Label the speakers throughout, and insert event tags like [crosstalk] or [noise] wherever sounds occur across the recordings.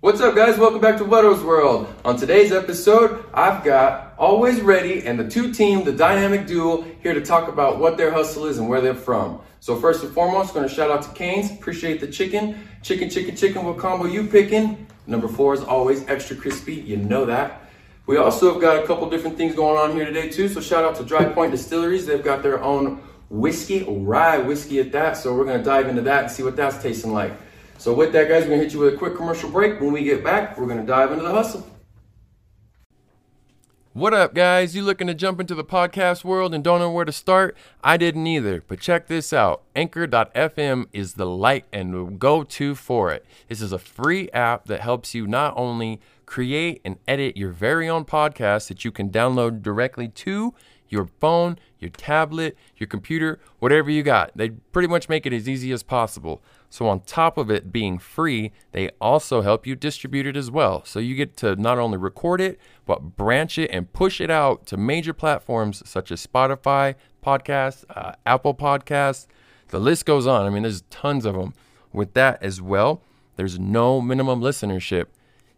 Speaker 1: What's up, guys? Welcome back to Weddell's World. On today's episode, I've got Always Ready and the two team, the Dynamic Duel, here to talk about what their hustle is and where they're from. So first and foremost, going to shout out to Canes. Appreciate the chicken, chicken, chicken, chicken. What combo you picking? Number four is always extra crispy. You know that. We also have got a couple different things going on here today too. So shout out to Dry Point Distilleries. They've got their own whiskey, rye whiskey at that. So we're going to dive into that and see what that's tasting like. So with that, guys, we're gonna hit you with a quick commercial break. When we get back, we're gonna dive into the hustle. What up, guys? You looking to jump into the podcast world and don't know where to start? I didn't either, but check this out. Anchor.fm is the light and the go to for it. This is a free app that helps you not only create and edit your very own podcast that you can download directly to your phone, your tablet, your computer, whatever you got. They pretty much make it as easy as possible. So, on top of it being free, they also help you distribute it as well. So, you get to not only record it, but branch it and push it out to major platforms such as Spotify, podcasts, uh, Apple Podcasts. The list goes on. I mean, there's tons of them. With that as well, there's no minimum listenership.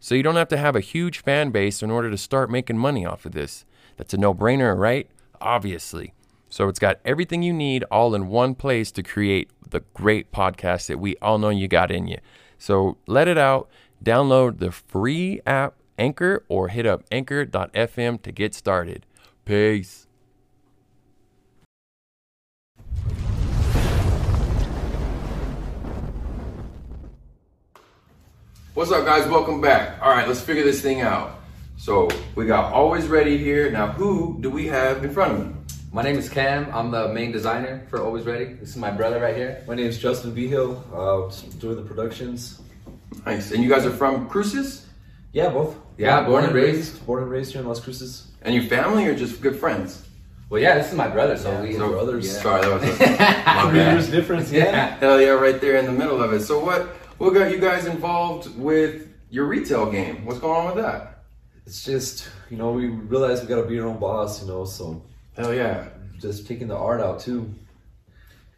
Speaker 1: So you don't have to have a huge fan base in order to start making money off of this. That's a no brainer, right? Obviously. So it's got everything you need all in one place to create the great podcast that we all know you got in you. So let it out, download the free app Anchor or hit up anchor.fm to get started. Peace. What's up, guys? Welcome back. All right, let's figure this thing out. So we got always ready here. Now, who do we have in front of me?
Speaker 2: My name is Cam. I'm the main designer for Always Ready. This is my brother right here.
Speaker 3: My name is Justin Vigil, uh, doing the productions.
Speaker 1: Nice. And you guys are from Cruces?
Speaker 3: Yeah, both.
Speaker 2: Yeah, born and raised.
Speaker 3: Born and raised here in Las Cruces.
Speaker 1: And your family or just good friends?
Speaker 2: Well, yeah, this is my brother, so we.
Speaker 1: So-
Speaker 3: brothers.
Speaker 1: Sorry, that was
Speaker 2: [laughs]
Speaker 1: a, my
Speaker 3: Three
Speaker 1: bad.
Speaker 3: years difference.
Speaker 2: yeah.
Speaker 1: Hell yeah, right there in the middle of it. So what what got you guys involved with your retail game? What's going on with that?
Speaker 3: It's just you know we realized we gotta be our own boss, you know. So
Speaker 1: Hell yeah.
Speaker 3: just picking the art out too.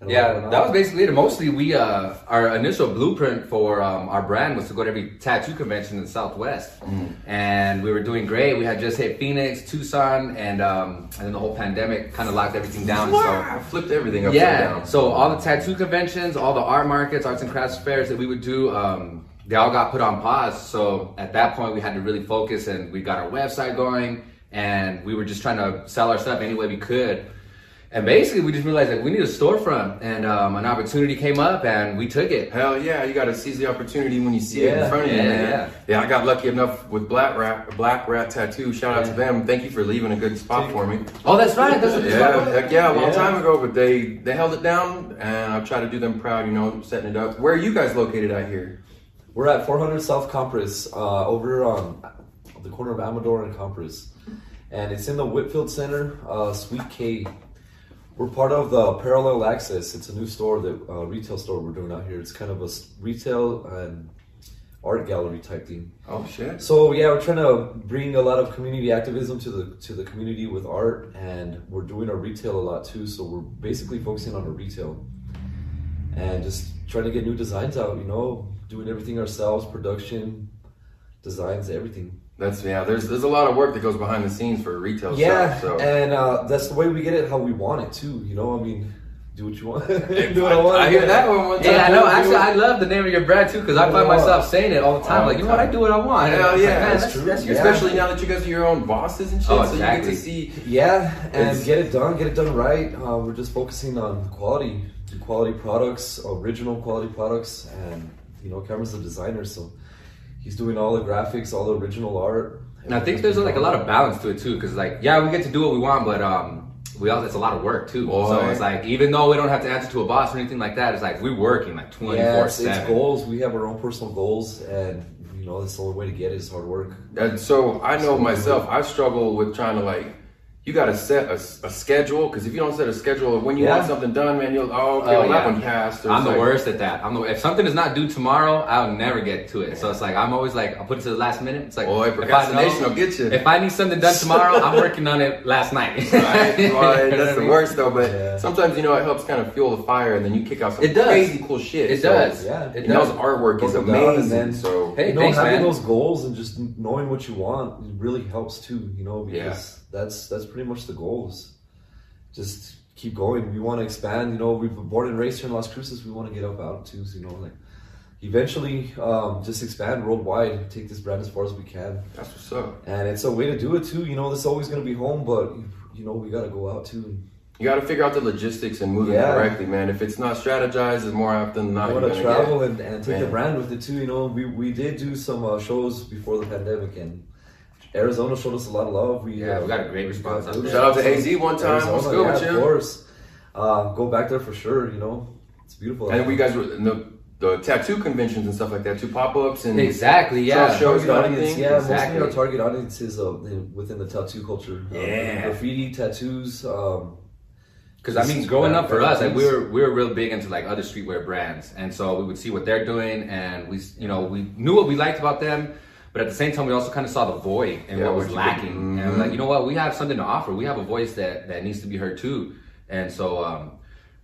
Speaker 3: And
Speaker 2: Yeah,
Speaker 3: allowing
Speaker 2: that was
Speaker 3: out.
Speaker 2: basically it. Mostly, we uh, our initial blueprint for um, our brand was to go to every tattoo convention in the Southwest,
Speaker 3: Mm.
Speaker 2: and we were doing great. We had just hit Phoenix, Tucson, and um, and then the whole pandemic kind of locked everything down. So
Speaker 1: Wow, flipped everything upside
Speaker 2: Yeah.
Speaker 1: down.
Speaker 2: So all the tattoo conventions, all the art markets, arts and crafts fairs that we would do, um, they all got put on pause. So at that point, we had to really focus, and we got our website going, and we were just trying to sell our stuff any way we could. And basically, we just realized like we need a storefront, and um, an opportunity came up, and we took it.
Speaker 1: Hell yeah, you gotta seize the opportunity when you see it in
Speaker 3: Yeah,
Speaker 1: front of you,
Speaker 2: yeah,
Speaker 1: man.
Speaker 2: yeah.
Speaker 1: I got lucky enough with Black Rat Black Rat Tattoo. Shout out to them. Thank you for leaving a good spot for me.
Speaker 2: Oh, that's right. That's what
Speaker 1: Yeah, heck yeah, a long
Speaker 3: Yeah.
Speaker 1: time ago, but they they held it down, and I try to do them proud, you know, setting it up. Where are you guys located out here?
Speaker 3: We're at 400 South Compris, uh, over on the corner of Amador and Compris, and it's in the Whitfield Center, uh, Suite K. We're part of the Parallel Access. It's a new store that uh, retail store we're doing out here. It's kind of a s- retail and art gallery type thing.
Speaker 1: Oh shit.
Speaker 3: So yeah, we're trying to bring a lot of community activism to the to the community with art, and we're doing our retail a lot too. So we're basically focusing on our retail, and just trying to get new designs out. You know, doing everything ourselves, production, designs, everything.
Speaker 1: That's yeah. There's there's a lot of work that goes behind the scenes for a retail
Speaker 3: yeah,
Speaker 1: shop. So
Speaker 3: and uh, that's the way we get it, how we want it too. You know, I mean, do what you want. [laughs] do what
Speaker 1: I, I hear that one one time.
Speaker 2: Yeah, I know. Actually, I love the name of your brand too because I find myself saying it all the time.
Speaker 3: All
Speaker 2: Like,
Speaker 3: the
Speaker 2: you know what? I
Speaker 3: time.
Speaker 2: do what I want. And
Speaker 1: Hell
Speaker 2: it's like, man,
Speaker 1: yeah, that's
Speaker 3: true.
Speaker 2: That's,
Speaker 3: Yeah.
Speaker 1: especially now that you guys are your own bosses and shit,
Speaker 2: Oh,
Speaker 1: so you
Speaker 2: exactly.
Speaker 1: get to see.
Speaker 3: Yeah, and
Speaker 1: It's-
Speaker 3: get it done, get it done right. Uh, we're just focusing on quality, quality products, original quality products, and you know, Cameron's the designer, so he's doing all the graphics, all the original art.
Speaker 2: And I think there's like a lot of balance to it too, because like yeah, we get to do what we want, but um, we also it's a lot of work too. So
Speaker 1: Boy.
Speaker 2: it's like even though we don't have to answer to a boss or anything like that, it's like we're working like twenty
Speaker 3: yeah,
Speaker 2: four
Speaker 3: it's, it's
Speaker 2: seven.
Speaker 3: goals. We have our own personal goals, and you
Speaker 1: Uh,
Speaker 3: know, that's the only way to get it is hard work.
Speaker 1: And so I know myself, I struggle with trying to like you got to set a, s- a schedule because if you don't set a schedule of when you
Speaker 3: Yeah.
Speaker 1: want something done, man, you'll oh okay,
Speaker 3: Oh,
Speaker 1: well, that
Speaker 3: yeah.
Speaker 1: one passed. or
Speaker 2: I'm
Speaker 1: it's
Speaker 2: the
Speaker 1: like-
Speaker 2: worst at that. I'm the, if something is not due tomorrow, I'll never get to it. So it's like I'm always like I'll put it to the last minute. It's like
Speaker 1: Boy,
Speaker 2: if I know-
Speaker 1: procrastination will get
Speaker 2: [laughs]
Speaker 1: you. Uh,
Speaker 2: If I need something done tomorrow, I'm working on it last night.
Speaker 1: [laughs] Right,
Speaker 2: You know what I
Speaker 1: right. That's the
Speaker 2: mean?
Speaker 1: worst though. But
Speaker 3: Yeah.
Speaker 1: sometimes you know it helps kind of fuel the fire, and then you kick out some
Speaker 2: It does.
Speaker 1: crazy cool shit.
Speaker 2: It
Speaker 1: So,
Speaker 2: does.
Speaker 3: yeah.
Speaker 2: It
Speaker 1: And that was
Speaker 2: does.
Speaker 1: artwork is
Speaker 3: Work it down and
Speaker 1: amazing.
Speaker 3: then-
Speaker 1: So
Speaker 2: Hey,
Speaker 3: you know,
Speaker 2: thanks,
Speaker 3: having
Speaker 2: man.
Speaker 3: those goals and just knowing what you want really helps too. You know, because that's that's pretty much the goals. Just keep going. We want to expand. You know, we've been born and raised here in Las Cruces. We want to get up out too. So you know, like eventually, um, just expand worldwide. Take this brand as far as we can,
Speaker 1: that's what's up.
Speaker 3: and it's a way to do it too. You know, this is always going to be home, but you know, we got to go out too. And
Speaker 1: You got to figure out the logistics and move
Speaker 3: Yeah.
Speaker 1: it correctly, man. If it's not strategized, it's more often than not
Speaker 3: I
Speaker 1: you're
Speaker 3: want
Speaker 1: gonna
Speaker 3: to
Speaker 1: get-
Speaker 3: travel and, and take the
Speaker 1: Yeah.
Speaker 3: brand with it too. You know, we, we did do some uh, shows before the pandemic, and Arizona showed us a lot of love. We
Speaker 2: Yeah,
Speaker 3: uh,
Speaker 2: we got a great response out there.
Speaker 1: Shout out to AZ one time.
Speaker 3: Arizona,
Speaker 1: What's good
Speaker 3: yeah,
Speaker 1: with
Speaker 3: Of
Speaker 1: you?
Speaker 3: course, uh, go back there for sure. You know, it's beautiful.
Speaker 1: And we guys were in the, the tattoo conventions and stuff like that, too. Pop ups and
Speaker 2: Exactly. Yeah.
Speaker 1: Trash show.
Speaker 3: target
Speaker 1: shows,
Speaker 3: audience,
Speaker 1: everything.
Speaker 3: yeah,
Speaker 2: Exactly.
Speaker 3: mostly our target audience is uh, the- within the tattoo culture. Uh,
Speaker 1: Yeah.
Speaker 3: graffiti tattoos. Um,
Speaker 2: Because I
Speaker 3: This
Speaker 2: mean,
Speaker 3: is
Speaker 2: growing
Speaker 3: bad
Speaker 2: up for us, like we
Speaker 3: practice.
Speaker 2: were we were real big into like other streetwear brands, and so we would see what they're doing, and we s- you know we knew what we liked about them, but at the same time, we also kind of saw the void and
Speaker 1: Yeah,
Speaker 2: what
Speaker 1: what
Speaker 2: was
Speaker 1: you
Speaker 2: lacking,
Speaker 1: could- Mm-hmm.
Speaker 2: and we're like you know what, we have something to offer. We have a voice that that needs to be heard too, and so um,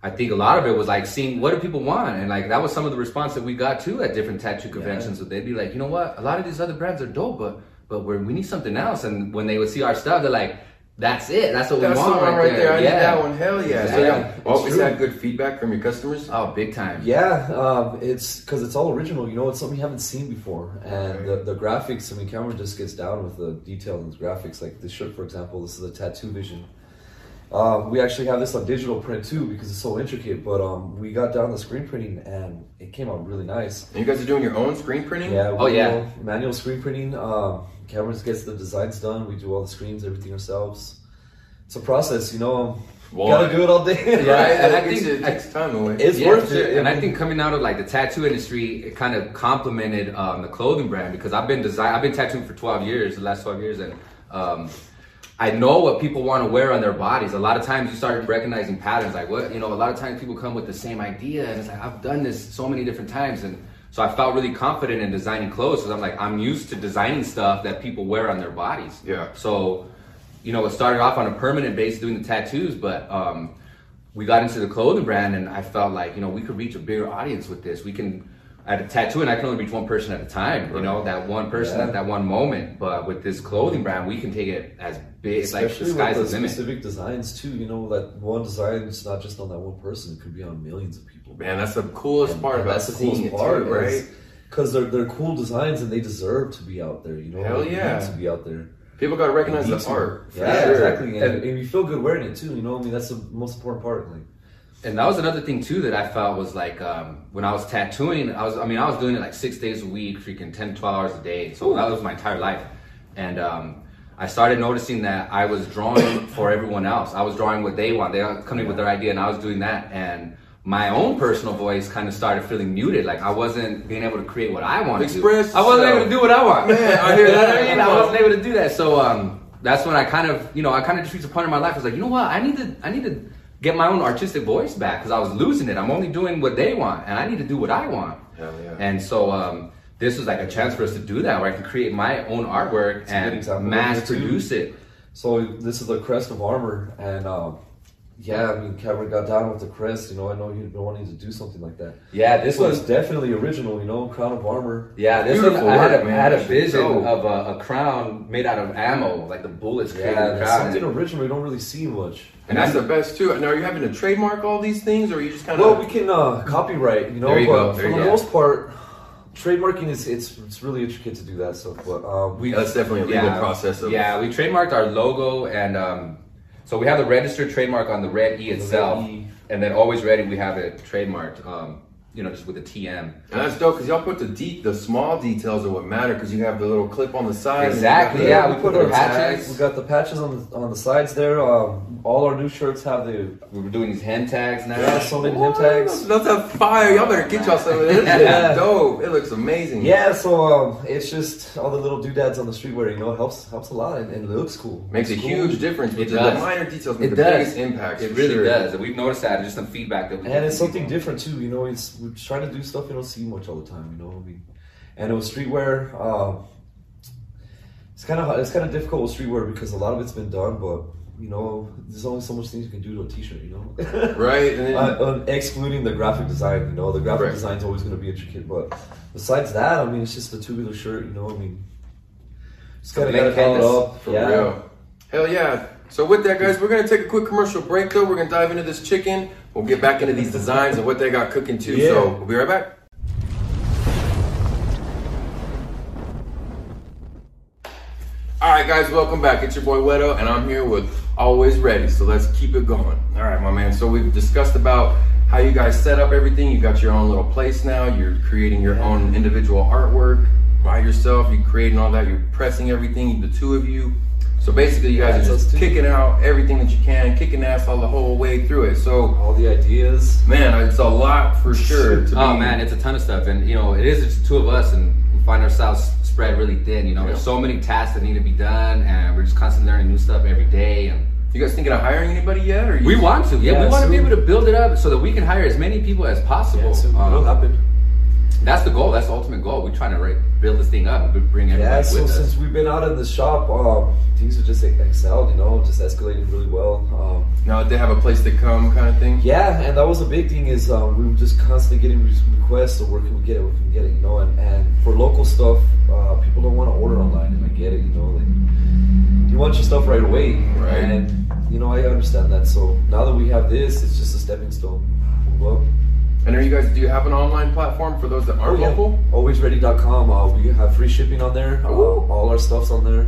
Speaker 2: I think a lot of it was like seeing what do people want, and like that was some of the response that we got too at different tattoo conventions. That they'd be like, you know what, a lot of these other brands are dope, but but we're, we need something else, and when they would see our stuff, they're like. That's it. That's what
Speaker 1: That's
Speaker 2: we
Speaker 1: the
Speaker 2: want
Speaker 1: one right there. I need that one. Hell yeah. So, yeah.
Speaker 2: Exactly.
Speaker 1: Always
Speaker 3: true.
Speaker 1: had good feedback from your customers.
Speaker 2: Oh, big time.
Speaker 3: Yeah, um, it's because it's all original. You know, it's something you haven't seen before, and the, the graphics. I mean, Cameron just gets down with the detail and the graphics. Like this shirt, for example, this is a tattoo vision. Um, we actually have this on digital print too because it's so intricate. But um, we got down the screen printing, and it came out really nice.
Speaker 1: And you guys are doing your own screen printing?
Speaker 3: Yeah.
Speaker 2: Oh, yeah.
Speaker 3: manual- Manual screen printing. Um, Cameron gets the designs done. We do all the screens, everything ourselves. It's a process, you know. um,
Speaker 1: Boy.
Speaker 3: Gotta do it all
Speaker 2: [laughs]
Speaker 3: day.
Speaker 2: Yeah,
Speaker 1: Right?
Speaker 2: and I
Speaker 1: It gets
Speaker 2: think-
Speaker 1: you- it takes time away.
Speaker 3: It's
Speaker 2: Yeah,
Speaker 3: worth
Speaker 2: for
Speaker 3: it.
Speaker 2: sure. And I think coming out of like the tattoo industry, it kind of complemented um, the clothing brand because I've been design, I've been tattooing for 12 years, the last 12 years, and um, I know what people want to wear on their bodies. A lot of times, you start recognizing patterns. Like what you know, a lot of times people come with the same idea, and it's like I've done this so many different times, and so I felt really confident in designing clothes because I'm like I'm used to designing stuff that people wear on their bodies.
Speaker 1: Yeah.
Speaker 2: So, you know, it started off on a permanent base doing the tattoos, but um, we got into the clothing brand, and I felt like you know we could reach a bigger audience with this. We can at a tattoo, and I can only reach one person at a time. You know, that one person
Speaker 3: Yeah.
Speaker 2: at that one moment. But with this clothing brand, we can take it as big. It's like the
Speaker 3: especially
Speaker 2: sky's the
Speaker 3: with the
Speaker 2: limit.
Speaker 3: specific designs too. You know that one design is not just on that one person; it could be on millions of people.
Speaker 1: Man, that's the coolest part
Speaker 3: And
Speaker 1: about
Speaker 3: that's the
Speaker 1: seeing
Speaker 3: coolest
Speaker 1: it,
Speaker 3: part,
Speaker 1: too, right?
Speaker 3: Because they're they're cool designs and they deserve to be out there. You know,
Speaker 1: Hell
Speaker 3: They
Speaker 1: yeah.
Speaker 3: need to be out there.
Speaker 1: People got to recognize
Speaker 3: They
Speaker 1: the
Speaker 3: need to.
Speaker 1: art. for
Speaker 3: Yeah,
Speaker 1: sure.
Speaker 3: exactly. And,
Speaker 2: And-
Speaker 3: and you feel good wearing it too. You know, I mean, that's the most important part. Like,
Speaker 2: And that was another thing too that I felt was like um, when I was tattooing, I was I mean I was doing it like six days a week, freaking 10, 12 hours a day. So that was my entire life. And um, I started noticing that I was drawing [coughs] for everyone else. I was drawing what they want. They were coming with their idea, and I was doing that. And my own personal voice kind of started feeling muted. Like I wasn't being able to create what I wanted.
Speaker 1: Express
Speaker 2: to. I wasn't
Speaker 1: yourself.
Speaker 2: able to do what [laughs] I want.
Speaker 1: Man, I hear that.
Speaker 2: You know what I mean? I wasn't able to do that. So um, that's when I kind of, you know, I kind of just reached a point in my life. I was like, you know what? I need to, I need to get my own artistic voice back because I was losing it. I'm only doing what they want, and I need to do what I want.
Speaker 1: Hell yeah.
Speaker 2: And so um, this was like a chance for us to do that, where I can create my own artwork
Speaker 3: a good example
Speaker 2: and
Speaker 3: of
Speaker 2: mass
Speaker 3: it, too.
Speaker 2: produce it.
Speaker 3: so this is the crest of armor, and um, yeah, I mean, Cameron got down with the crest. You know, I know you've been wanting to do something like that.
Speaker 2: Yeah, this
Speaker 3: This one's
Speaker 2: was.
Speaker 3: definitely original. You know, crown of armor.
Speaker 2: Yeah, this one,
Speaker 1: Beautiful
Speaker 2: I had
Speaker 1: work,
Speaker 2: a,
Speaker 1: man.
Speaker 2: I had a
Speaker 1: It's
Speaker 2: vision
Speaker 1: dope.
Speaker 2: of a, a crown made out of ammo, like the bullets created
Speaker 3: Yeah,
Speaker 2: the
Speaker 3: that's
Speaker 2: crown.
Speaker 3: something original. You don't really see much.
Speaker 1: And that's the best, too. Now, are you having to trademark all these things, or are you just kind of.
Speaker 3: Well, we can uh, copyright, you know,
Speaker 2: There you
Speaker 3: but
Speaker 2: go, there
Speaker 3: for
Speaker 2: you
Speaker 3: the
Speaker 2: go.
Speaker 3: most part, trademarking is it's it's really intricate to do that stuff. But um, we
Speaker 1: That's definitely a legal process of.
Speaker 2: yeah, we trademarked our logo and um, so we have the registered trademark on the red E
Speaker 3: red
Speaker 2: itself,
Speaker 3: E.
Speaker 2: and then always ready we have it trademarked. Um, you know, just with a TM.
Speaker 4: And that's dope because y'all put the deep, the small details are what matter because you have the little clip on the side. and you got
Speaker 2: Exactly,
Speaker 4: the-
Speaker 2: yeah, we
Speaker 3: uh, we
Speaker 2: put
Speaker 3: put our
Speaker 2: the patches.
Speaker 3: tags. We got the patches on the, on the sides there. Um, all our new shirts have the
Speaker 2: We were doing these hem tags now.
Speaker 3: yeah, so many hem tags.
Speaker 4: That's a fire. Y'all better get y'all some of this.
Speaker 3: Yeah.
Speaker 4: It's dope. It looks amazing.
Speaker 3: Yeah, so um, it's just all the little doodads on the streetwear. You know, it helps helps a lot and, and it looks cool.
Speaker 4: Makes a
Speaker 3: It's cool.
Speaker 4: huge difference. But
Speaker 2: It
Speaker 4: the
Speaker 2: does.
Speaker 4: minor details make
Speaker 2: It
Speaker 4: the
Speaker 2: does.
Speaker 4: biggest impact.
Speaker 2: It
Speaker 4: for
Speaker 2: really
Speaker 4: sure.
Speaker 2: does. And we've noticed that. and Just some feedback that we
Speaker 3: And it's something different too. You know, it's we're trying to do stuff you don't see much all the time. You know, I mean, and with streetwear, um, it's kind of it's kind of difficult with streetwear because a lot of it's been done, but you know, there's only so much things you can do to a t-shirt. You know, [laughs]
Speaker 4: Right? And then,
Speaker 3: uh, uh, excluding the graphic design, you know, the graphic
Speaker 4: Right.
Speaker 3: design's always going to be intricate. But besides that, I mean, it's just the tubular shirt, you know. I mean, just gotta
Speaker 2: blank
Speaker 3: gotta follow it
Speaker 2: canvas,
Speaker 3: up.
Speaker 4: for
Speaker 3: yeah.
Speaker 4: real. Hell yeah. So with that, guys, we're gonna take a quick commercial break. Though we're gonna dive into this chicken. We'll get back into these designs and what they got cooking too.
Speaker 3: Yeah.
Speaker 4: So we'll be right back. All right, guys, welcome back. It's your boy Wedo, and I'm here with Always Ready. So let's keep it going. All right, my man. So we've discussed about how you guys set up everything. You got your own little place now. You're creating your own individual artwork by yourself. You're creating all that. You're pressing everything. The two of you. So basically, you guys
Speaker 3: Yeah,
Speaker 4: are
Speaker 3: us
Speaker 4: just
Speaker 3: two.
Speaker 4: kicking out everything that you can, kicking ass all the whole way through it. So
Speaker 3: All the ideas.
Speaker 4: man, it's a lot for sure. To
Speaker 2: Oh
Speaker 4: be-
Speaker 2: man, it's a ton of stuff, and you know, it is just the two of us, and we find ourselves spread really thin. You know, there's so many tasks that need to be done, and we're just constantly learning new stuff every day. And
Speaker 4: you guys thinking of hiring anybody yet? Or you
Speaker 2: we want to, yeah,
Speaker 3: Yeah,
Speaker 2: we want to be
Speaker 3: soon.
Speaker 2: able to build it up so that we can hire as many people as possible.
Speaker 3: Yeah, so it'll
Speaker 2: Um,
Speaker 3: happen.
Speaker 2: that's the goal. That's the ultimate goal. We're trying to right, build this thing up and bring everybody
Speaker 3: Yeah,
Speaker 2: with
Speaker 3: so
Speaker 2: us.
Speaker 3: since we've been out of the shop, um, things have just like, excelled, you know, just escalated really well. Um,
Speaker 4: now that they have a place to come, kind of thing.
Speaker 3: yeah, and that was a big thing is um, we were just constantly getting re- requests of where can we get it, where can we get it, you know, and, and for local stuff, uh, people don't want to order online, and I get it, you know, like you want your stuff right away,
Speaker 4: Right.
Speaker 3: and you know I understand that. So now that we have this, it's just a stepping stone. Move up.
Speaker 4: And are you guys? Do you have an online platform for those that aren't
Speaker 3: Oh, Yeah.
Speaker 4: local?
Speaker 3: Alwaysready.com. Uh, we have free shipping on there. Uh,
Speaker 4: Ooh.
Speaker 3: all our stuff's on there,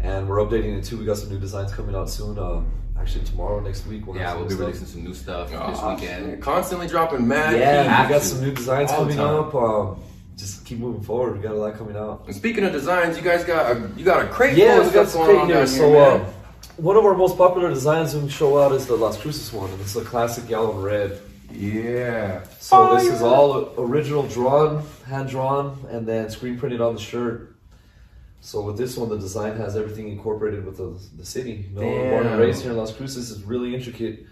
Speaker 3: and we're updating it too. We got some new designs coming out soon. Uh, actually, tomorrow, next week. We'll have
Speaker 2: yeah,
Speaker 3: some
Speaker 2: we'll
Speaker 3: new
Speaker 2: be
Speaker 3: stuff.
Speaker 2: releasing some new stuff
Speaker 4: Oh,
Speaker 2: this
Speaker 4: shit.
Speaker 2: weekend.
Speaker 4: Constantly dropping mad. heat.
Speaker 3: Yeah,
Speaker 2: have
Speaker 3: we got
Speaker 2: to.
Speaker 3: some new designs
Speaker 4: All the
Speaker 3: coming
Speaker 4: time.
Speaker 3: up. Um, just keep moving forward. We got a lot coming out.
Speaker 4: And speaking of designs, you guys got a you got a crate
Speaker 3: Yeah,
Speaker 4: full of
Speaker 3: we got
Speaker 4: stuff
Speaker 3: some
Speaker 4: going on
Speaker 3: great
Speaker 4: down
Speaker 3: news.
Speaker 4: here,
Speaker 3: So,
Speaker 4: man.
Speaker 3: uh, one of our most popular designs when we show out is the Las Cruces one, and it's the classic yellow and red.
Speaker 4: yeah.
Speaker 3: So this is all original drawn, hand drawn, and then screen printed on the shirt. So with this one, the design has everything incorporated with the, the city. You know, born
Speaker 4: Damn.
Speaker 3: and raised here in Las Cruces is really intricate.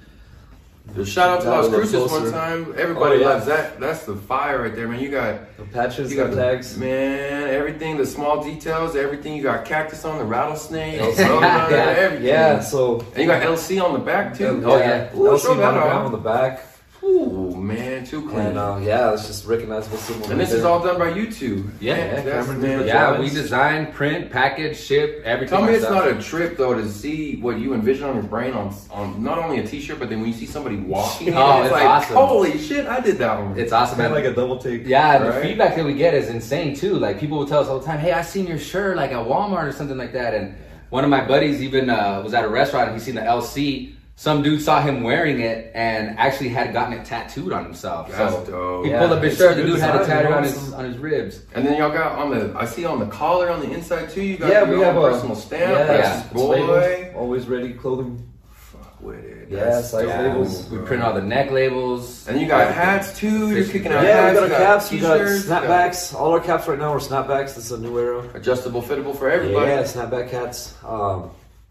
Speaker 4: Shout out
Speaker 3: Got
Speaker 4: to
Speaker 3: a
Speaker 4: Las
Speaker 3: little
Speaker 4: Cruces one
Speaker 3: closer.
Speaker 4: time. Everybody
Speaker 3: Oh, yeah.
Speaker 4: loves that. That's the fire right there, man. You got
Speaker 3: The patches,
Speaker 4: you
Speaker 3: the
Speaker 4: got the-
Speaker 3: tags.
Speaker 4: man. [laughs] Everything, the small details, everything. You got cactus on
Speaker 3: [laughs]
Speaker 4: the rattlesnake,
Speaker 2: Yeah.
Speaker 4: yeah, everything.
Speaker 3: Yeah, so um,
Speaker 4: And you got LC on the back too.
Speaker 2: Oh, yeah.
Speaker 4: Ooh,
Speaker 3: Ooh,
Speaker 4: show that
Speaker 3: on
Speaker 4: off.
Speaker 3: the back,
Speaker 4: Ooh man, too clean.
Speaker 3: and uh, yeah, it's just recognizable symbol.
Speaker 4: and this
Speaker 3: right
Speaker 4: is
Speaker 3: there.
Speaker 4: all done by you two.
Speaker 2: Yeah,
Speaker 4: Man,
Speaker 3: yeah,
Speaker 4: that's,
Speaker 3: Cameron
Speaker 4: man,
Speaker 3: Diaz.
Speaker 2: Yeah,
Speaker 3: Designs.
Speaker 2: we design, print, package, ship, everything.
Speaker 4: Tell me it's
Speaker 2: ourselves.
Speaker 4: not a trip though to see what you envision on your brain on on not only a t-shirt, but then when you see somebody [laughs] walking, in it,
Speaker 2: Oh,
Speaker 4: it's
Speaker 2: it's
Speaker 4: like
Speaker 2: awesome.
Speaker 4: holy shit, I did that one.
Speaker 2: It's awesome,
Speaker 3: kind
Speaker 2: man.
Speaker 3: of like a double take.
Speaker 2: Yeah, and
Speaker 4: Right?
Speaker 2: the feedback that we get is insane too. Like people will tell us all the time, "Hey, I seen your shirt like at Walmart or something like that." And one of my buddies even uh, was at a restaurant and he seen the LC. Some dude saw him wearing it and actually had gotten it tattooed on himself.
Speaker 4: That's
Speaker 2: so
Speaker 4: dope.
Speaker 2: he
Speaker 3: Yeah,
Speaker 2: pulled up his
Speaker 3: it's a
Speaker 2: shirt. The
Speaker 3: good
Speaker 2: dude had it
Speaker 3: design,
Speaker 2: tattooed on
Speaker 3: awesome.
Speaker 2: his on his ribs.
Speaker 4: and then y'all got on the I see on the collar on the inside too. You got
Speaker 3: Yeah,
Speaker 4: your
Speaker 3: we have
Speaker 4: own
Speaker 3: a
Speaker 4: personal stamp.
Speaker 3: Yeah,
Speaker 4: That's
Speaker 3: it's
Speaker 4: boy.
Speaker 3: labeled, always ready clothing.
Speaker 4: Fuck with it.
Speaker 3: Yeah,
Speaker 4: That's
Speaker 3: size
Speaker 4: dope,
Speaker 3: labels.
Speaker 2: We
Speaker 4: bro.
Speaker 2: print all the neck labels.
Speaker 4: And you got hats too. You're kicking out
Speaker 3: Yeah, we
Speaker 4: hats.
Speaker 3: got
Speaker 4: you
Speaker 3: our caps, we got
Speaker 4: t-shirts, you got
Speaker 3: snapbacks. All our caps right now are snapbacks. This is a new era.
Speaker 4: adjustable, fittable for everybody.
Speaker 3: Yeah, snapback hats. Um,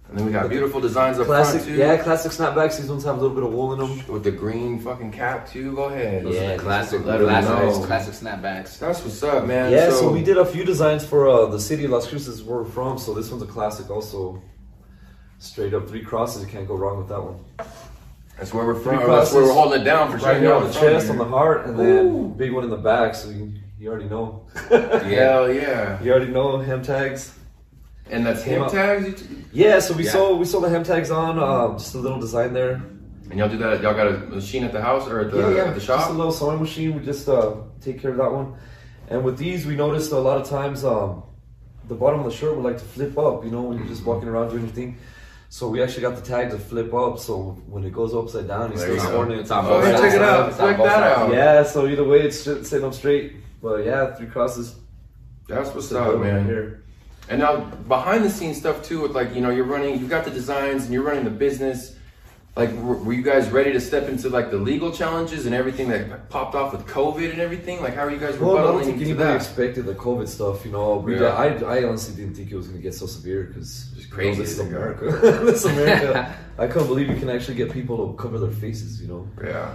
Speaker 4: And then we got beautiful designs up
Speaker 3: classic,
Speaker 4: front too.
Speaker 3: yeah, classic snapbacks. These ones have a little bit of wool in them.
Speaker 4: With the green fucking cap too. Go ahead.
Speaker 2: Those are the classic,
Speaker 4: Let 'em
Speaker 2: classic,
Speaker 4: know.
Speaker 2: classic snapbacks.
Speaker 4: That's what's up, man.
Speaker 3: Yeah, so, we did a few designs for uh, the city of Las Cruces where we're from. So this one's a classic, also. Straight up three crosses. You can't go wrong with that one.
Speaker 4: That's where we're from.
Speaker 3: Three
Speaker 4: That's where
Speaker 3: crosses.
Speaker 4: we're holding it down for
Speaker 3: Right
Speaker 4: sure.
Speaker 3: here
Speaker 4: Y'all
Speaker 3: on the
Speaker 4: from
Speaker 3: chest, on
Speaker 4: here.
Speaker 3: the heart, and then
Speaker 4: Ooh.
Speaker 3: big one in the back. So you, you already [laughs] know.
Speaker 2: Yeah.
Speaker 4: Hell yeah!
Speaker 3: You already know hem tags.
Speaker 4: And that's
Speaker 3: Came
Speaker 4: him
Speaker 3: up.
Speaker 4: tags. You t-
Speaker 3: Yeah, so we
Speaker 2: Yeah.
Speaker 3: sold we sold the hem tags on. Um, just a little design there.
Speaker 4: and y'all do that. Y'all got a machine at the house or at the,
Speaker 3: yeah, yeah.
Speaker 4: At the
Speaker 3: Just a
Speaker 4: shop.
Speaker 3: little sewing machine. We just uh, take care of that one. And with these, we noticed a lot of times um, the bottom of the shirt would like to flip up. You know, when you're just walking around doing your thing. So we actually got the tag to flip up, so when it goes upside down, he's
Speaker 2: There
Speaker 3: still
Speaker 2: you go.
Speaker 3: scoring it.
Speaker 2: It's on
Speaker 4: Oh,
Speaker 2: both
Speaker 4: yeah,
Speaker 2: sides.
Speaker 4: check it out.
Speaker 2: It's on
Speaker 4: Check
Speaker 2: both
Speaker 4: that
Speaker 2: sides.
Speaker 4: out.
Speaker 3: Yeah, so either way, it's just sitting up straight. But yeah, three crosses.
Speaker 4: That's what's
Speaker 3: Good
Speaker 4: up,
Speaker 3: one
Speaker 4: man.
Speaker 3: Here.
Speaker 4: And now behind the scenes stuff too, with like you know you're running, you got the designs, and you're running the business. Like, were, were you guys ready to step into like the legal challenges and everything that popped off with COVID and everything? Like, how are you guys
Speaker 3: Well, I don't
Speaker 4: rebuttaling
Speaker 3: think
Speaker 4: to
Speaker 3: anybody
Speaker 4: that?
Speaker 3: expected the COVID stuff. You know, we
Speaker 4: Yeah.
Speaker 3: I, I honestly didn't think it was going to get so severe because
Speaker 2: It's crazy
Speaker 3: this is
Speaker 2: as it got.
Speaker 3: America. [laughs] this is America. I couldn't believe you can actually get people to cover their faces. You know.
Speaker 4: yeah.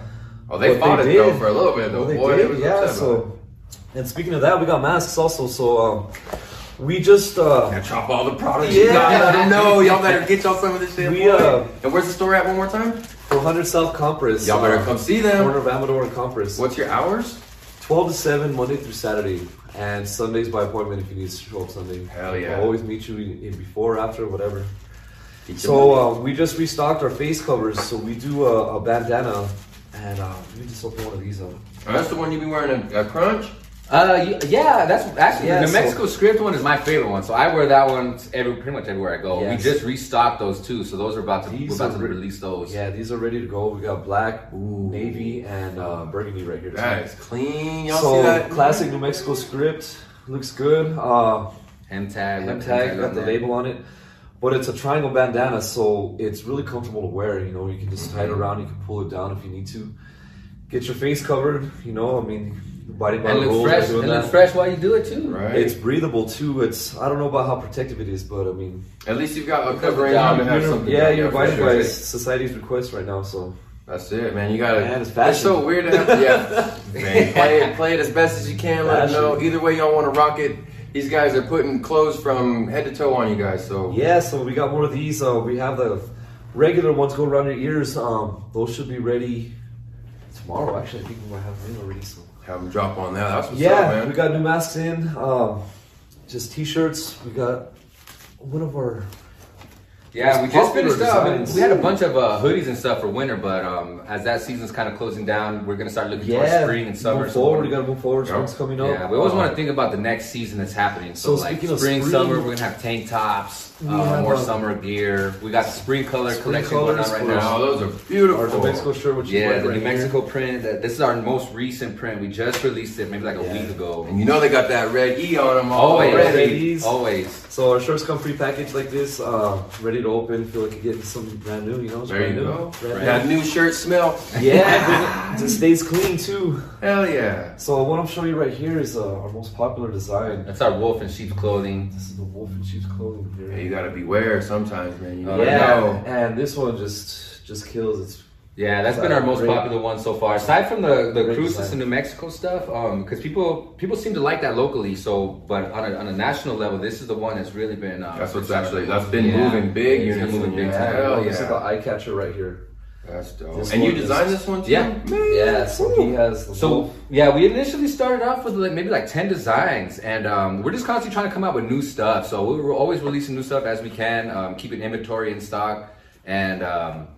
Speaker 4: Oh, they
Speaker 3: But
Speaker 4: fought
Speaker 3: they
Speaker 4: it though
Speaker 3: did.
Speaker 4: for a little bit though.
Speaker 3: They
Speaker 4: Boy,
Speaker 3: did,
Speaker 4: it was
Speaker 3: yeah.
Speaker 4: upset about
Speaker 3: So, and speaking of that, we got masks also. So um, we just uh,
Speaker 4: it. Chop all the products
Speaker 3: Yeah.
Speaker 4: you
Speaker 3: [laughs]
Speaker 4: got. I know y'all better get y'all some of this shit.
Speaker 3: We,
Speaker 4: boy.
Speaker 3: uh,
Speaker 4: and where's the store at one more time?
Speaker 3: for hundred South Compress.
Speaker 4: Y'all better
Speaker 3: uh,
Speaker 4: come see them.
Speaker 3: Corner of Amador and Compress.
Speaker 4: What's your hours?
Speaker 3: Twelve to seven, Monday through Saturday, and Sundays by appointment. If you need to show up Sunday,
Speaker 4: Hell yeah.
Speaker 3: I'll always meet you in in before, after, whatever. So uh, we just restocked our face covers. So we do a, a bandana, and uh, we just open one of these up.
Speaker 4: Oh, that's the one you be wearing a, a crunch.
Speaker 2: Uh, y- yeah, that's actually
Speaker 3: Yeah,
Speaker 2: the
Speaker 3: so-
Speaker 2: Mexico script one is my favorite one. So I wear that one every pretty much everywhere I go.
Speaker 3: Yes.
Speaker 2: We just restocked those two, so those are about to
Speaker 3: These
Speaker 2: we're about
Speaker 3: are
Speaker 2: to
Speaker 3: re-
Speaker 2: release those.
Speaker 3: Yeah, these are ready to go. We got black, navy, and uh, burgundy right here.
Speaker 4: That is clean. Y'all
Speaker 3: so
Speaker 4: see that?
Speaker 3: classic New Mexico script looks good. Uh,
Speaker 2: Hem tag,
Speaker 3: hem
Speaker 2: lip
Speaker 3: tag
Speaker 2: on
Speaker 3: got the
Speaker 2: there.
Speaker 3: label on it, but it's a triangle bandana, so it's really comfortable to wear. You know, you can just tie
Speaker 2: Mm-hmm.
Speaker 3: it around, you can pull it down if you need to. Get your face covered. You know, I mean, abiding by
Speaker 2: And
Speaker 3: the
Speaker 2: looks
Speaker 3: rules. by
Speaker 2: fresh.
Speaker 3: doing
Speaker 2: And
Speaker 3: that.
Speaker 2: looks fresh while you do it too.
Speaker 4: Right.
Speaker 3: It's breathable too. It's I don't know about how protective it is, but I mean,
Speaker 4: At least you've got a
Speaker 2: Because
Speaker 4: covering
Speaker 2: the
Speaker 4: on to
Speaker 2: job,
Speaker 4: have
Speaker 2: you're-
Speaker 4: something.
Speaker 3: yeah,
Speaker 4: down
Speaker 3: you're
Speaker 4: there for
Speaker 3: abiding
Speaker 4: sure.
Speaker 3: by society's request right now. So
Speaker 4: That's it, man. You gotta.
Speaker 3: Man, it's fashion.
Speaker 4: it's so weird to have.
Speaker 3: [laughs]
Speaker 4: Yeah, man. Play it, play it as best as you can. Let them
Speaker 3: Fashion.
Speaker 4: know. Either way, y'all want to rock it. These guys are putting clothes from head to toe on you guys. So
Speaker 3: Yeah, so we got more of these. Uh, we have the regular ones go around your ears. Um, those should be ready tomorrow. Actually, I think we might have them in already. So
Speaker 4: have them drop on that. That's what's
Speaker 3: yeah,
Speaker 4: up, man.
Speaker 3: we got new masks in. Um, just t-shirts. We got one of our
Speaker 2: Yeah, we
Speaker 3: It's
Speaker 2: just
Speaker 3: popular
Speaker 2: finished up. and
Speaker 3: designs.
Speaker 2: We had a bunch of uh, hoodies and stuff for winter, but um, as that season's kind of closing down, we're gonna start looking towards spring and summer.
Speaker 3: Move
Speaker 2: so-
Speaker 3: forward. We got to move forward.
Speaker 4: Yeah.
Speaker 3: Spring's coming up.
Speaker 2: Yeah, we always
Speaker 3: Um,
Speaker 2: want to think about the next season that's happening. So,
Speaker 3: So
Speaker 2: like
Speaker 3: speaking of
Speaker 2: spring,
Speaker 3: spring-
Speaker 2: summer, we're gonna have tank tops,
Speaker 3: We
Speaker 2: uh,
Speaker 3: have,
Speaker 2: more
Speaker 3: uh,
Speaker 2: summer gear. We got the spring color
Speaker 3: spring
Speaker 2: collection going on
Speaker 3: colors
Speaker 2: right
Speaker 3: for-
Speaker 2: now.
Speaker 4: Now those are
Speaker 3: our
Speaker 4: beautiful.
Speaker 3: New Mexico shirt, which is
Speaker 2: Yeah,
Speaker 3: right
Speaker 2: the New
Speaker 3: here.
Speaker 2: Mexico print. That This is our most recent print. We just released it maybe like a
Speaker 3: Yeah.
Speaker 2: week
Speaker 4: And
Speaker 2: ago.
Speaker 4: you know they got that red E on them
Speaker 3: Oh,
Speaker 2: Always,
Speaker 4: already.
Speaker 3: Always.
Speaker 2: always.
Speaker 3: So our shirts come pre-packaged like this, uh, ready to open. Feel like you're getting something brand new. You know, it's
Speaker 4: There
Speaker 3: brand
Speaker 4: you
Speaker 3: new.
Speaker 4: go.
Speaker 3: Brand
Speaker 4: That
Speaker 3: new.
Speaker 4: new shirt smell.
Speaker 3: Yeah, it just stays clean too.
Speaker 4: Hell yeah.
Speaker 3: So what I'm showing you right here is uh, our most popular design.
Speaker 2: That's our wolf and sheep's clothing.
Speaker 3: This is the wolf and sheep's clothing here.
Speaker 4: Yeah, you gotta beware sometimes, man. You
Speaker 2: Oh,
Speaker 4: never
Speaker 3: yeah,
Speaker 4: know.
Speaker 3: and this one just just kills. It's
Speaker 2: Yeah, that's been our most
Speaker 3: Great.
Speaker 2: popular one so far. Aside from the, the
Speaker 3: Great
Speaker 2: cruises
Speaker 3: design.
Speaker 2: in New Mexico stuff, um, because people people seem to like that locally. So, but on a, on a national level, this is the one that's really been. Uh,
Speaker 4: That's what's actually that's been
Speaker 2: Yeah.
Speaker 4: moving big.
Speaker 2: It's been
Speaker 4: units.
Speaker 2: moving big time.
Speaker 4: Hell
Speaker 3: this is the
Speaker 4: yeah.
Speaker 3: eye catcher right here.
Speaker 4: That's dope.
Speaker 3: This
Speaker 4: And you
Speaker 3: one is-
Speaker 4: designed this one too?
Speaker 2: Yeah.
Speaker 4: Man.
Speaker 3: Yeah, so he has the
Speaker 2: So
Speaker 3: wolf.
Speaker 2: yeah, we initially started off with like, maybe like ten designs, and um, we're just constantly trying to come out with new stuff. So we we're always releasing new stuff as we can, um, keeping inventory in stock, and um,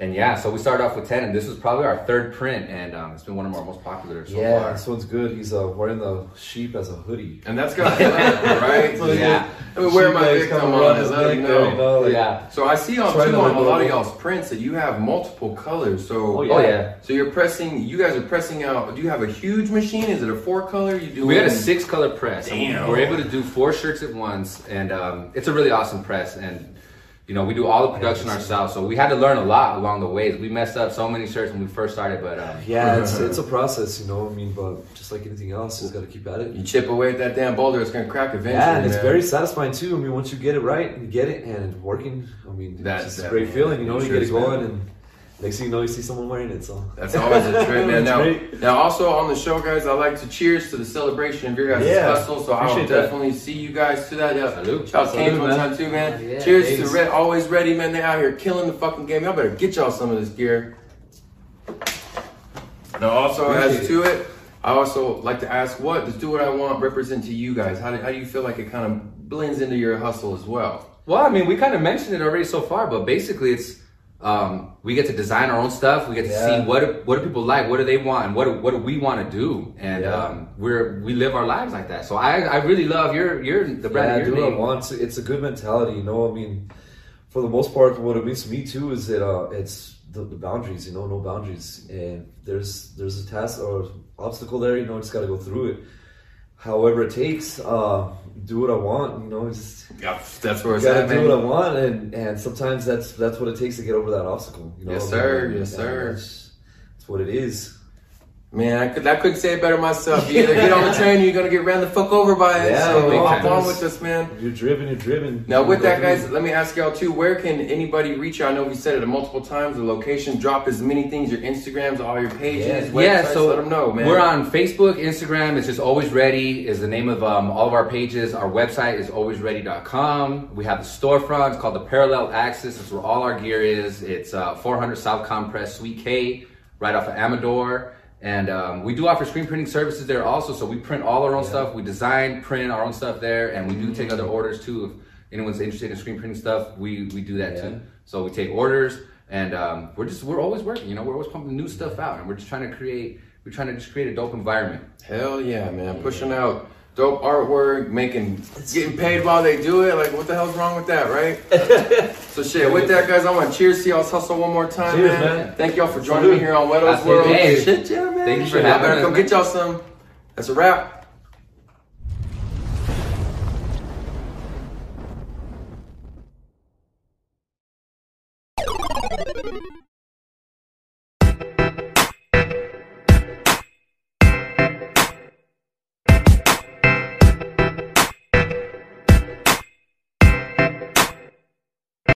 Speaker 2: and yeah. So we started off with ten, and this was probably our third print, and um, it's been one of our most popular so
Speaker 3: yeah,
Speaker 2: far.
Speaker 3: this one's good. He's uh, wearing the sheep as a hoodie.
Speaker 4: And that's got right?
Speaker 3: So
Speaker 2: Yeah.
Speaker 4: I mean, where
Speaker 3: sheep
Speaker 4: my
Speaker 3: legs
Speaker 4: big
Speaker 3: come
Speaker 4: come
Speaker 3: around
Speaker 4: on is
Speaker 3: his
Speaker 4: let
Speaker 3: neck
Speaker 4: him
Speaker 3: there,
Speaker 4: know.
Speaker 3: you know, like-
Speaker 2: yeah.
Speaker 4: So I see on
Speaker 3: Try
Speaker 4: too
Speaker 3: to
Speaker 4: on a
Speaker 3: let
Speaker 4: lot of
Speaker 3: go.
Speaker 4: y'all's prints that you have multiple colors.
Speaker 3: Oh,
Speaker 4: So
Speaker 2: Oh yeah.
Speaker 4: so you're pressing. You guys are pressing out. Do you have a huge machine? Is it a four color? You do.
Speaker 2: We had a six color press.
Speaker 4: Damn.
Speaker 2: And we were able to do four shirts at once, and um, it's a really awesome press. And you know, we do all the production ourselves, so we had to learn a lot along the way. We messed up so many shirts when we first started, but um,
Speaker 3: Yeah, it's it's a process, you know. I mean, but just like anything else, you just got to keep at it.
Speaker 4: You chip away at that damn boulder. It's gonna crack eventually.
Speaker 3: Yeah, and it's
Speaker 4: man.
Speaker 3: very satisfying too. I mean, once you get it right and you get it and it's working, I mean,
Speaker 4: That's
Speaker 3: that's a great
Speaker 4: definitely-
Speaker 3: feeling. You know,
Speaker 4: it
Speaker 3: you
Speaker 4: sure
Speaker 3: get
Speaker 4: is,
Speaker 3: it going, and next thing you know, you see someone wearing it. So
Speaker 4: That's always a trip,
Speaker 3: That's
Speaker 4: man. Now,
Speaker 3: great.
Speaker 4: now, also on the show, guys, I like to cheers to the celebration of your guys'
Speaker 3: Yeah,
Speaker 4: hustle. So I'll
Speaker 3: appreciate that.
Speaker 4: definitely see you guys to that. Yeah,
Speaker 2: Salute.
Speaker 4: Shout out
Speaker 3: Salute,
Speaker 4: Canes one
Speaker 3: man.
Speaker 4: time too, man.
Speaker 2: Yeah,
Speaker 4: cheers
Speaker 3: Canes.
Speaker 4: to Red, always ready, man. They out here killing the fucking game. Y'all better get y'all some of this gear. Now, also as
Speaker 3: Appreciate
Speaker 4: to it, I also like to ask, what does "Do What I Want" represent to you guys? How do, how do you feel like it kind of blends into your hustle as well?
Speaker 2: Well, I mean, we kind of mentioned it already so far, but basically, it's um, we get to design our own stuff. We get to
Speaker 3: Yeah.
Speaker 2: see what what do people like, what do they want, and what do, what do we want to do, and
Speaker 3: Yeah.
Speaker 2: um, we're we live our lives like that. So I I really love your your the brand
Speaker 3: yeah,
Speaker 2: of
Speaker 3: do
Speaker 2: your
Speaker 3: what I
Speaker 2: name.
Speaker 3: want. to. It's a good mentality, you know. I mean, for the most part, what it means to me too is that uh, it's the, the boundaries. You know, no boundaries, and there's there's a task or obstacle there. You know, I just got to go through it. However it takes, uh, do what I want. You know, just
Speaker 2: Yeah, that's where
Speaker 3: I
Speaker 2: it's
Speaker 3: gotta
Speaker 2: at,
Speaker 3: do what I
Speaker 2: man.
Speaker 3: want, and and sometimes that's that's what it takes to get over that obstacle. You know,
Speaker 2: Yes, sir.
Speaker 3: And-
Speaker 2: Yes,
Speaker 3: and
Speaker 2: sir.
Speaker 3: That's, that's what it is.
Speaker 4: Man, I, could, I couldn't say it better myself. You either
Speaker 3: [laughs]
Speaker 4: get on the train or you're going to get ran the fuck over by it.
Speaker 3: Yeah,
Speaker 4: so
Speaker 3: big
Speaker 4: hop
Speaker 3: time.
Speaker 4: on with this, man.
Speaker 3: You're driven. You're driven.
Speaker 4: Now, with
Speaker 3: You
Speaker 4: that,
Speaker 3: go through.
Speaker 4: guys, let me ask y'all too. Where can anybody reach you? I know we said it multiple times. The location, drop as many things, your Instagrams, all your pages,
Speaker 3: Yeah,
Speaker 4: websites.
Speaker 2: yeah, so
Speaker 4: let them know, man.
Speaker 2: We're on Facebook, Instagram. It's just always ready. Is the name of um, all of our pages. Our website is alwaysready.com. We have the storefront. It's called the Parallel Axis. It's where all our gear is. It's uh, 400 South Compress Suite K, right off of Amador. And um, we do offer screen printing services there also. So we print all our own stuff. We design, print our own stuff there, and we
Speaker 4: Mm-hmm.
Speaker 2: do take other orders too. If anyone's interested in screen printing stuff, we we do that
Speaker 3: Yeah.
Speaker 2: too. So we take orders, and um, we're just we're always working. You know, we're always pumping new stuff out, and we're just trying to create. We're trying to just create a dope environment.
Speaker 4: Hell yeah, man. Pushing out dope artwork, making getting paid while they do it. Like, what the hell's wrong with
Speaker 3: [laughs]
Speaker 4: that, right? so, shit, with that, guys, I want to cheers to y'all's hustle one more time,
Speaker 3: Cheers,
Speaker 4: man.
Speaker 3: man.
Speaker 4: Thank y'all for joining me
Speaker 3: Salute.
Speaker 4: here on Weddell's
Speaker 2: Absolute-
Speaker 4: World.
Speaker 2: Hey,
Speaker 4: shit, yeah, man.
Speaker 2: thank you for
Speaker 4: Shit, I
Speaker 2: having
Speaker 4: better
Speaker 2: us,
Speaker 4: come
Speaker 2: man.
Speaker 4: get y'all some. That's a wrap.